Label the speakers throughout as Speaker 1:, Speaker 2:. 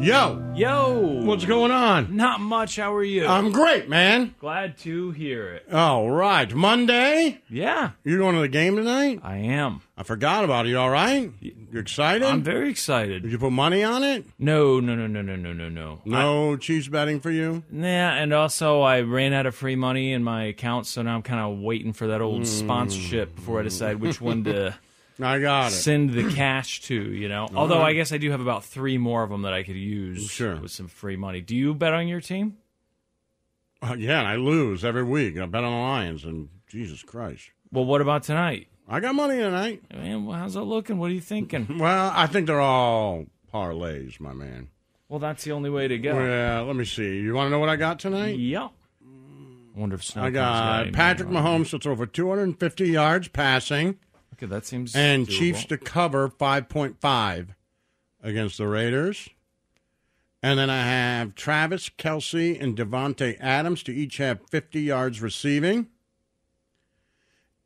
Speaker 1: Yo,
Speaker 2: Yo,
Speaker 1: what's going on?
Speaker 2: not much. How are you?
Speaker 1: I'm great, man.
Speaker 2: glad to hear it.
Speaker 1: All right, Monday.
Speaker 2: Yeah,
Speaker 1: You going to the game tonight?
Speaker 2: I am.
Speaker 1: I forgot about it. You all right? You excited?
Speaker 2: I'm very
Speaker 1: Did
Speaker 2: excited.
Speaker 1: you put money on it?
Speaker 2: No, no, no, no, no, no, no, no.
Speaker 1: No Chiefs betting for you.
Speaker 2: Nah, and also I ran out of free money in my account, so now I'm kind of waiting for that old sponsorship before I decide which one to
Speaker 1: I got it.
Speaker 2: send the cash to. You know. Although I guess I do have about three more of them that I could use
Speaker 1: Sure.
Speaker 2: with some free money. Do you bet on your team?
Speaker 1: Uh, yeah, and I lose every week. I bet on the Lions, and Jesus Christ,
Speaker 2: Well, what about tonight?
Speaker 1: I got money tonight.
Speaker 2: Man, how's it looking? What are you thinking?
Speaker 1: Well, I think they're all parlays, my man.
Speaker 2: well, that's the only way to go.
Speaker 1: Well, let me see. You want to know what I got tonight?
Speaker 2: Yeah. Wonder if Snow
Speaker 1: I got Patrick Mahomes to throw for 250 yards passing
Speaker 2: Okay, that seems
Speaker 1: and
Speaker 2: doable.
Speaker 1: Chiefs to cover 5.5 against the Raiders. And then I have Travis Kelsey and Devontae Adams to each have 50 yards receiving.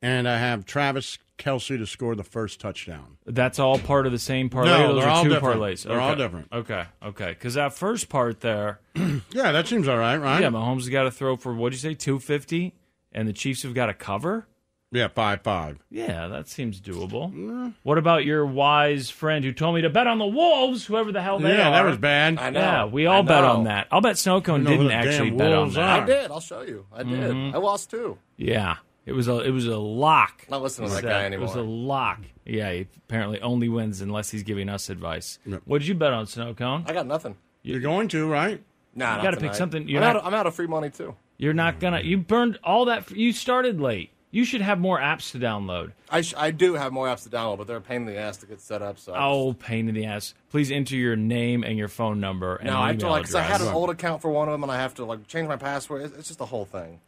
Speaker 1: And I have Travis Kelsey to score the first touchdown.
Speaker 2: That's all part of the same parlay.
Speaker 1: No,
Speaker 2: Those
Speaker 1: they're
Speaker 2: are
Speaker 1: all
Speaker 2: two
Speaker 1: different.
Speaker 2: parlays.
Speaker 1: They're all different.
Speaker 2: Okay, okay. Because that first part there,
Speaker 1: Yeah, that seems all right, right?
Speaker 2: yeah, Mahomes has got to throw for what'd you say, two fifty, and the Chiefs have got to cover.
Speaker 1: Yeah, 5 5.
Speaker 2: Yeah, that seems doable.
Speaker 1: Mm.
Speaker 2: What about your wise friend who told me to bet on the Wolves, whoever the hell they
Speaker 1: yeah,
Speaker 2: are?
Speaker 1: that was bad.
Speaker 3: I know.
Speaker 2: Yeah, we
Speaker 3: I
Speaker 2: all bet
Speaker 3: know.
Speaker 2: on that. I'll bet Snowcone
Speaker 1: know who
Speaker 2: didn't
Speaker 1: the
Speaker 2: actually
Speaker 1: damn
Speaker 2: bet on
Speaker 1: Wolves
Speaker 2: that.
Speaker 1: are.
Speaker 3: I did. I'll show you. I did.
Speaker 2: Mm-hmm.
Speaker 3: I lost too.
Speaker 2: Yeah, it was a it was a lock.
Speaker 3: Not listening to
Speaker 2: Was
Speaker 3: that guy
Speaker 2: It was a
Speaker 3: anymore.
Speaker 2: lock. Yeah, he apparently only wins unless he's giving us advice.
Speaker 1: Yep.
Speaker 2: What did you bet on, Snowcone?
Speaker 3: I got nothing.
Speaker 1: You're going to, right?
Speaker 2: You
Speaker 3: Nah, not
Speaker 2: gotta pick
Speaker 3: tonight.
Speaker 2: something- you're
Speaker 3: I'm, out
Speaker 2: not-
Speaker 3: of, I'm out of free money too.
Speaker 2: You're not gonna. You burned all that. You started late. You should have more apps to download.
Speaker 3: I, sh- I do have more apps to download, but they're a pain in the ass to get set up. So I
Speaker 2: Oh, pain in the ass. Please enter your name and your phone number and
Speaker 3: just- no,
Speaker 2: email
Speaker 3: I have to like
Speaker 2: address.
Speaker 3: because I had an old account for one of them, and I have to like change my password. It's, it's just the whole thing.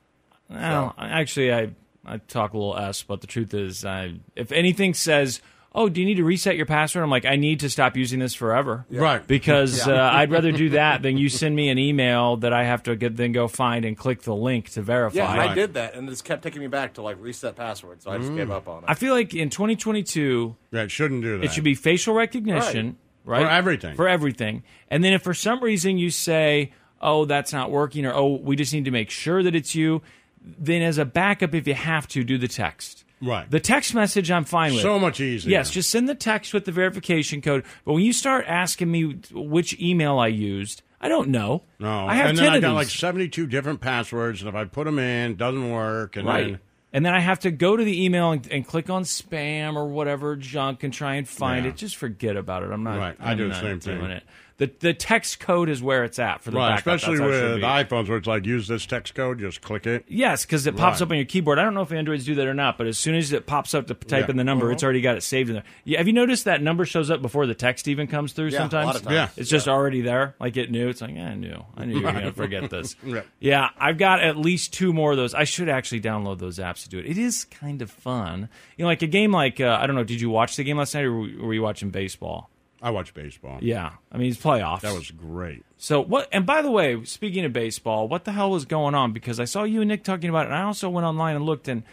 Speaker 2: Well, I- actually, I I talk a little s, but the truth is, I, if anything says, "Oh, do you need to reset your password?" I'm like, I need to stop using this forever.
Speaker 1: Right.
Speaker 2: because uh, I'd rather do that than you send me an email that I have to get, then go find and click the link to verify.
Speaker 3: Yeah, and
Speaker 1: Right.
Speaker 3: I did that, and it just kept taking me back to like reset password. So I just
Speaker 2: Mm.
Speaker 3: gave up on it.
Speaker 2: I feel like in 2022,
Speaker 1: That shouldn't do that.
Speaker 2: it should be facial recognition, right.
Speaker 1: For everything.
Speaker 2: For everything. And then if for some reason you say, oh, that's not working, or oh, we just need to make sure that it's you, then as a backup, if you have to, do the text.
Speaker 1: Right.
Speaker 2: The text message, I'm fine with.
Speaker 1: so much easier.
Speaker 2: Yes, just send the text with the verification code. But when you start asking me which email I used, I don't know.
Speaker 1: No,
Speaker 2: I have
Speaker 1: and
Speaker 2: 10
Speaker 1: then I
Speaker 2: of
Speaker 1: got
Speaker 2: these.
Speaker 1: like seventy-two different passwords, and if I put them in, doesn't work. And
Speaker 2: Right.
Speaker 1: then,
Speaker 2: and then I have to go to the email and, and click on spam or whatever junk and try and find
Speaker 1: Yeah.
Speaker 2: it. Just forget about it. I'm not.
Speaker 1: Right. I
Speaker 2: I'm
Speaker 1: do the
Speaker 2: not
Speaker 1: same
Speaker 2: doing
Speaker 1: thing.
Speaker 2: It. The the text code is where it's at for the
Speaker 1: right,
Speaker 2: backup. That's
Speaker 1: especially
Speaker 2: how it should
Speaker 1: with
Speaker 2: be.
Speaker 1: iPhones, where it's like use this text code, just click it.
Speaker 2: Yes, because it pops
Speaker 1: Right.
Speaker 2: up on your keyboard. I don't know if Androids do that or not, but as soon as it pops up to type
Speaker 1: Yeah.
Speaker 2: in the number, it's
Speaker 3: Uh-huh.
Speaker 2: already got it saved in there. Yeah, have you noticed that number shows up before the text even comes through?
Speaker 3: Yeah, a lot
Speaker 2: sometimes,
Speaker 3: of times. Yeah.
Speaker 2: it's just already there. Like it knew. It's like yeah, I knew. I knew you were gonna forget this.
Speaker 1: Yeah.
Speaker 2: Yeah, I've got at least two more of those. I should actually download those apps to do it. It is kind of fun. You know, like a game like uh, I don't know. Did you watch the game last night, or were were you watching baseball?
Speaker 1: I watch baseball.
Speaker 2: Yeah, I mean it's playoffs.
Speaker 1: that was great.
Speaker 2: So what? And by the way, speaking of baseball, what the hell was going on? Because I saw you and Nick talking about it, and I also went online and looked. And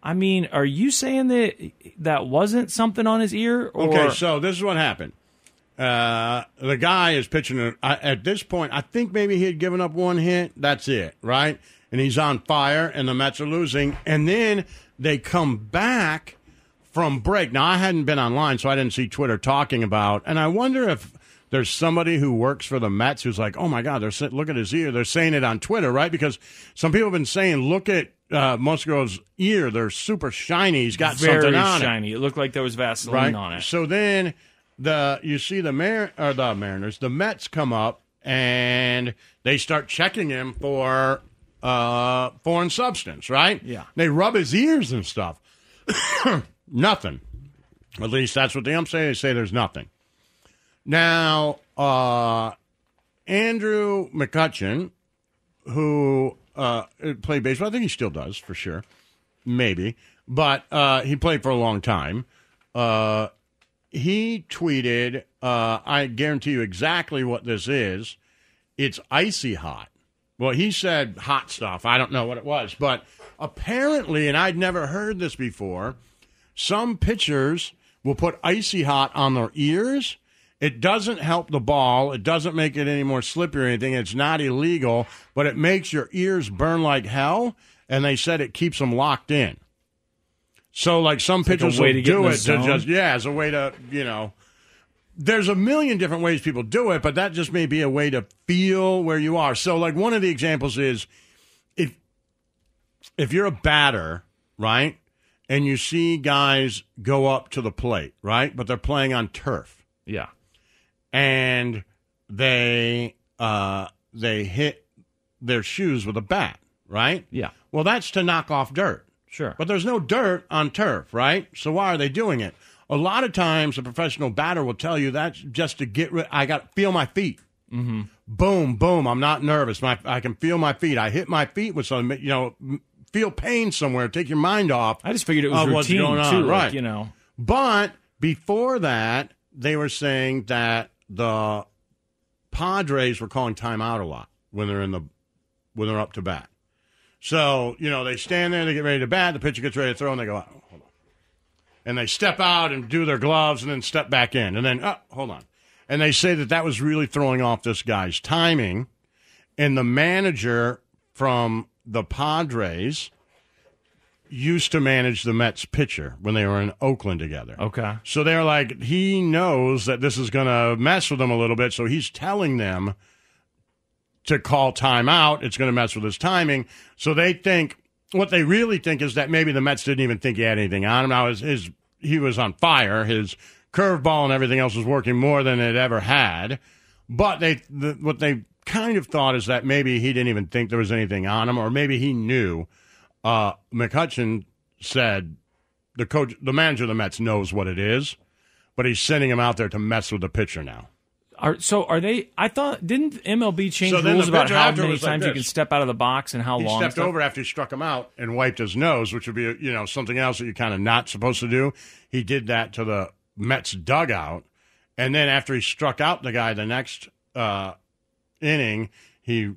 Speaker 2: I mean, are you saying that that wasn't something on his ear? Or,
Speaker 1: Okay, so this is what happened. Uh, the guy is pitching. A, I, at this point, I think maybe he had given up one hit. That's it, right? And he's on fire, and the Mets are losing. And then they come back from break. Now, I hadn't been online, so I didn't see Twitter talking about. And I wonder if there's somebody who works for the Mets who's like, "Oh my God, they're sa- look at his ear." They're saying it on Twitter, right? Because some people have been saying, "Look at uh, Musgrove's ear. They're super shiny. He's got
Speaker 2: very
Speaker 1: something on it."
Speaker 2: shiny. It. looked like there was Vaseline
Speaker 1: right?
Speaker 2: on it.
Speaker 1: So then the you see the Mar- or the Mariners, the Mets come up and they start checking him for uh, foreign substance, right?
Speaker 2: Yeah.
Speaker 1: They rub his ears and stuff. nothing. At least that's what the ump say. They say there's nothing. Now, uh, Andrew McCutcheon, who uh, played baseball, I think he still does for sure, maybe, but uh, he played for a long time. Uh, he tweeted, uh, I guarantee you exactly what this is. It's icy hot. Well, he said hot stuff. I don't know what it was, but apparently, and I'd never heard this before, some pitchers will put icy hot on their ears. It doesn't help the ball. It doesn't make it any more slippery or anything. It's not illegal, but it makes your ears burn like hell. And they said it keeps them locked in. So, like some
Speaker 2: like a
Speaker 1: pitchers
Speaker 2: way
Speaker 1: will
Speaker 2: to get in
Speaker 1: do
Speaker 2: the
Speaker 1: it to
Speaker 2: zone?
Speaker 1: just yeah, as a way to you know. There's a million different ways people do it, but that just may be a way to feel where you are. So, like one of the examples is if if you're a batter, right, and you see guys go up to the plate, right, but they're playing on turf
Speaker 2: Yeah.
Speaker 1: and they uh they hit their shoes with a bat, right?
Speaker 2: Yeah.
Speaker 1: Well, that's to knock off dirt.
Speaker 2: Sure.
Speaker 1: But there's no dirt on turf, right? So why are they doing it? A lot of times, a professional batter will tell you that's just to get rid. I got feel my feet. Mm-hmm. Boom, boom. I'm not nervous. My I can feel my feet. I hit my feet with something. You know, m- feel pain somewhere. Take your mind off.
Speaker 2: I just figured it was
Speaker 1: of Oh, what's
Speaker 2: routine
Speaker 1: going on,
Speaker 2: too.
Speaker 1: right?
Speaker 2: Like, you know.
Speaker 1: But before that, they were saying that the Padres were calling timeout a lot when they're in the when they're up to bat. So you know they stand there, they get ready to bat, the pitcher gets ready to throw, and they go, oh, hold on, and they step out and do their gloves, and then step back in, and then oh, hold on, and they say that that was really throwing off this guy's timing, and the manager from the Padres used to manage the Mets pitcher when they were in Oakland together.
Speaker 2: Okay.
Speaker 1: So they're like, he knows that this is going to mess with him a little bit. So he's telling them to call timeout. It's going to mess with his timing. So they think, what they really think is that maybe the Mets didn't even think he had anything on him. Now, his, his he was on fire. His curveball and everything else was working more than it ever had. But they, the, what they kind of thought is that maybe he didn't even think there was anything on him, or maybe he knew. Uh, McCutcheon said the coach, the manager of the Mets knows what it is, but he's sending him out there to mess with the pitcher now.
Speaker 2: Are, so are they? I thought didn't MLB change
Speaker 1: So then
Speaker 2: rules
Speaker 1: the
Speaker 2: about
Speaker 1: pitcher
Speaker 2: how
Speaker 1: after
Speaker 2: many
Speaker 1: was like
Speaker 2: times you
Speaker 1: this.
Speaker 2: can step out of the box and how
Speaker 1: He
Speaker 2: long? and
Speaker 1: stepped
Speaker 2: stuff?
Speaker 1: over after he struck him out and wiped his nose, which would be you know something else that you're kind of not supposed to do. He did that to the Mets dugout, and then after he struck out the guy the next uh, inning, he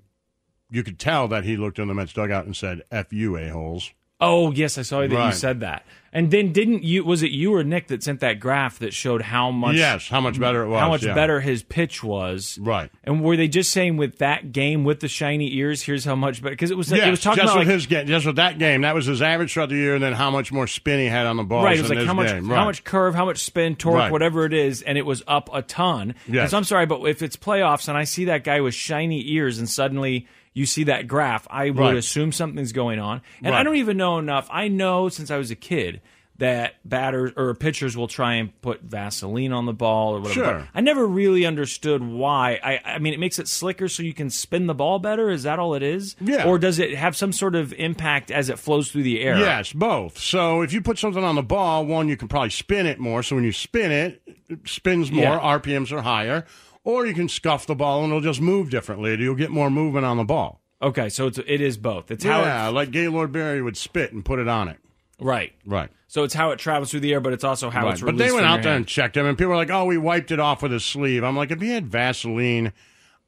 Speaker 1: you could tell that he looked in the Mets dugout and said "f you a holes."
Speaker 2: Oh yes, I saw that you
Speaker 1: Right.
Speaker 2: said that. And then didn't you? Was it you or Nick that sent that graph that showed how much?
Speaker 1: Yes, how much better it was.
Speaker 2: how much
Speaker 1: yeah.
Speaker 2: better his pitch was.
Speaker 1: Right.
Speaker 2: And were they just saying with that game with the shiny ears? Here's how much better because it was.
Speaker 1: Yes,
Speaker 2: it was talking
Speaker 1: just
Speaker 2: about
Speaker 1: with
Speaker 2: like,
Speaker 1: his game, just with that game, that was his average throughout the year, and then how much more spin he had on the ball.
Speaker 2: right. It was like
Speaker 1: this
Speaker 2: how much
Speaker 1: game.
Speaker 2: how
Speaker 1: Right.
Speaker 2: much curve, how much spin, torque,
Speaker 1: Right.
Speaker 2: whatever it is, and it was up a ton.
Speaker 1: Yes.
Speaker 2: And So I'm sorry, but if it's playoffs and I see that guy with shiny ears and suddenly you see that graph, I would
Speaker 1: Right.
Speaker 2: assume something's going on. And I
Speaker 1: Right.
Speaker 2: don't even know enough. I know since I was a kid that batters or pitchers will try and put Vaseline on the ball or whatever.
Speaker 1: Sure.
Speaker 2: But I never really understood why. I I mean it makes it slicker so you can spin the ball better. Is that all it is?
Speaker 1: Yeah.
Speaker 2: Or does it have some sort of impact as it flows through the air?
Speaker 1: Yes, both. So if you put something on the ball, one you can probably spin it more. So when you spin it, it spins more.
Speaker 2: Yeah.
Speaker 1: RPMs are higher, or you can scuff the ball and it'll just move differently. You'll get more movement on the ball.
Speaker 2: Okay, so it's it is both. It's how it
Speaker 1: yeah, like Gaylord Berry would spit and put it on it.
Speaker 2: Right.
Speaker 1: Right.
Speaker 2: So it's how it travels through the air, but it's also how
Speaker 1: Right.
Speaker 2: Oh, it's
Speaker 1: But
Speaker 2: released.
Speaker 1: they went
Speaker 2: from
Speaker 1: out
Speaker 2: your
Speaker 1: there and
Speaker 2: hand.
Speaker 1: checked him, and people were like, "Oh, we wiped it off with his sleeve." I'm like, if he had Vaseline,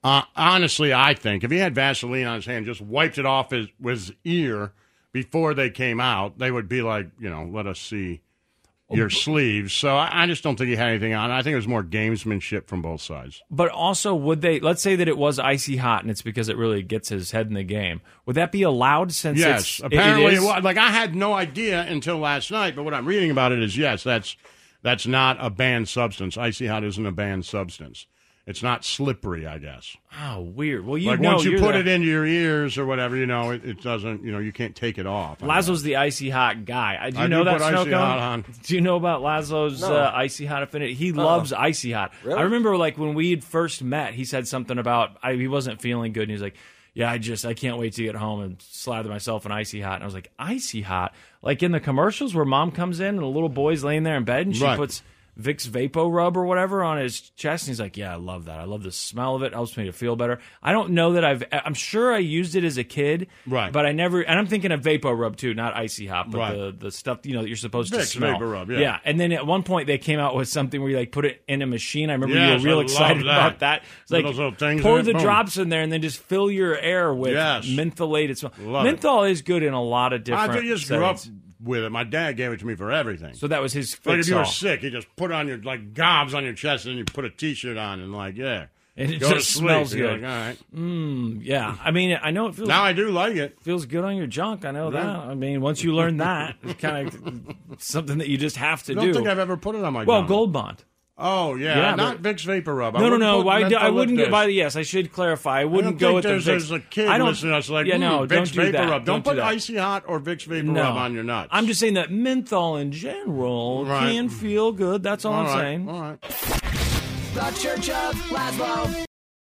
Speaker 1: uh, honestly, I think if he had Vaseline on his hand, just wiped it off his with his ear before they came out, they would be like, you know, let us see
Speaker 2: Oh,
Speaker 1: your sleeves. So I, I just don't think he had anything on. I think it was more gamesmanship from both sides.
Speaker 2: But also, would they? Let's say that it was icy hot, and it's because it really gets his head in the game. Would that be allowed? Since
Speaker 1: Yes,
Speaker 2: it's, it-
Speaker 1: apparently,
Speaker 2: it is?
Speaker 1: wa- like I had no idea until last night. But what I'm reading about it is yes, that's that's not a banned substance. Icy hot isn't a banned substance. It's not slippery, I guess.
Speaker 2: Oh, weird. Well, you
Speaker 1: Like
Speaker 2: know,
Speaker 1: once you
Speaker 2: you're
Speaker 1: put
Speaker 2: the-
Speaker 1: it into your ears or whatever, you know, it, it doesn't. You know, you can't take it off. I
Speaker 2: Lazo's the icy hot guy. I- Do you
Speaker 1: I do
Speaker 2: know that
Speaker 1: put icy
Speaker 2: snow cone?
Speaker 1: hot on.
Speaker 2: Do you know about Lazo's
Speaker 3: No.
Speaker 2: uh, icy hot affinity? He loves icy hot.
Speaker 3: Really?
Speaker 2: I remember like when we had first met, he said something about I, he wasn't feeling good, and he was like, "Yeah, I just I can't wait to get home and slather myself in icy hot." And I was like, "Icy hot?" Like in the commercials where mom comes in and the little boy's laying there in bed, and she
Speaker 1: Right.
Speaker 2: puts. Vicks Vapo Rub or whatever on his chest, and he's like, "Yeah, I love that. I love the smell of it. Helps me to feel better." I don't know that I've. I'm sure I used it as a kid,
Speaker 1: Right.
Speaker 2: But I never, and I'm thinking of Vapo Rub too, not Icy Hot, but
Speaker 1: Right.
Speaker 2: the, the stuff you know that you're supposed to
Speaker 1: Vicks
Speaker 2: smell.
Speaker 1: VapoRub, yeah.
Speaker 2: And then at one point they came out with something where you like put it in a machine. I remember
Speaker 1: Yes,
Speaker 2: you were
Speaker 1: I
Speaker 2: real
Speaker 1: love
Speaker 2: excited
Speaker 1: that.
Speaker 2: about that. It's like
Speaker 1: Those little things
Speaker 2: pour
Speaker 1: in it,
Speaker 2: the
Speaker 1: boom.
Speaker 2: drops in there and then just fill your air with
Speaker 1: Yes.
Speaker 2: mentholated smell.
Speaker 1: Love it.
Speaker 2: Menthol is good in a lot of
Speaker 1: I
Speaker 2: different.
Speaker 1: just grew up
Speaker 2: settings.
Speaker 1: with it. My dad gave it to me for everything.
Speaker 2: So that was his
Speaker 1: like if
Speaker 2: fix
Speaker 1: you were
Speaker 2: all.
Speaker 1: sick, you just put on your like gobs on your chest, and then you put a T-shirt on, and like yeah,
Speaker 2: And it
Speaker 1: Go to
Speaker 2: just
Speaker 1: sleep.
Speaker 2: smells
Speaker 1: You're
Speaker 2: good.
Speaker 1: like, all right,
Speaker 2: Yeah, I mean, I know it feels
Speaker 1: now I do like it.
Speaker 2: feels good on your junk. I know that. I mean, once you learn that, it's kind of something that you just have to
Speaker 1: I don't
Speaker 2: do.
Speaker 1: think I've ever put it on my.
Speaker 2: well,
Speaker 1: gum.
Speaker 2: Gold Bond.
Speaker 1: Oh yeah,
Speaker 2: Yeah,
Speaker 1: not Vicks Vapor Rub.
Speaker 2: No, no, no. Why
Speaker 1: I,
Speaker 2: do- I wouldn't get
Speaker 1: by
Speaker 2: by the yes. I should clarify. I
Speaker 1: I
Speaker 2: wouldn't
Speaker 1: don't think
Speaker 2: go with
Speaker 1: there's,
Speaker 2: the
Speaker 1: there's
Speaker 2: Vicks.
Speaker 1: a kid
Speaker 2: I don't,
Speaker 1: listening to us like,
Speaker 2: yeah,
Speaker 1: "Ooh,
Speaker 2: no,
Speaker 1: Vicks
Speaker 2: don't do
Speaker 1: Vapor
Speaker 2: that.
Speaker 1: Rub. Don't,
Speaker 2: do
Speaker 1: put
Speaker 2: that.
Speaker 1: icy hot or Vicks Vapor
Speaker 2: No.
Speaker 1: Rub on your nuts.
Speaker 2: I'm just saying that menthol in general
Speaker 1: Right.
Speaker 2: can feel good. That's all,
Speaker 1: all
Speaker 2: I'm
Speaker 1: right,
Speaker 2: saying.
Speaker 1: All right.
Speaker 4: The Church of Laszlo.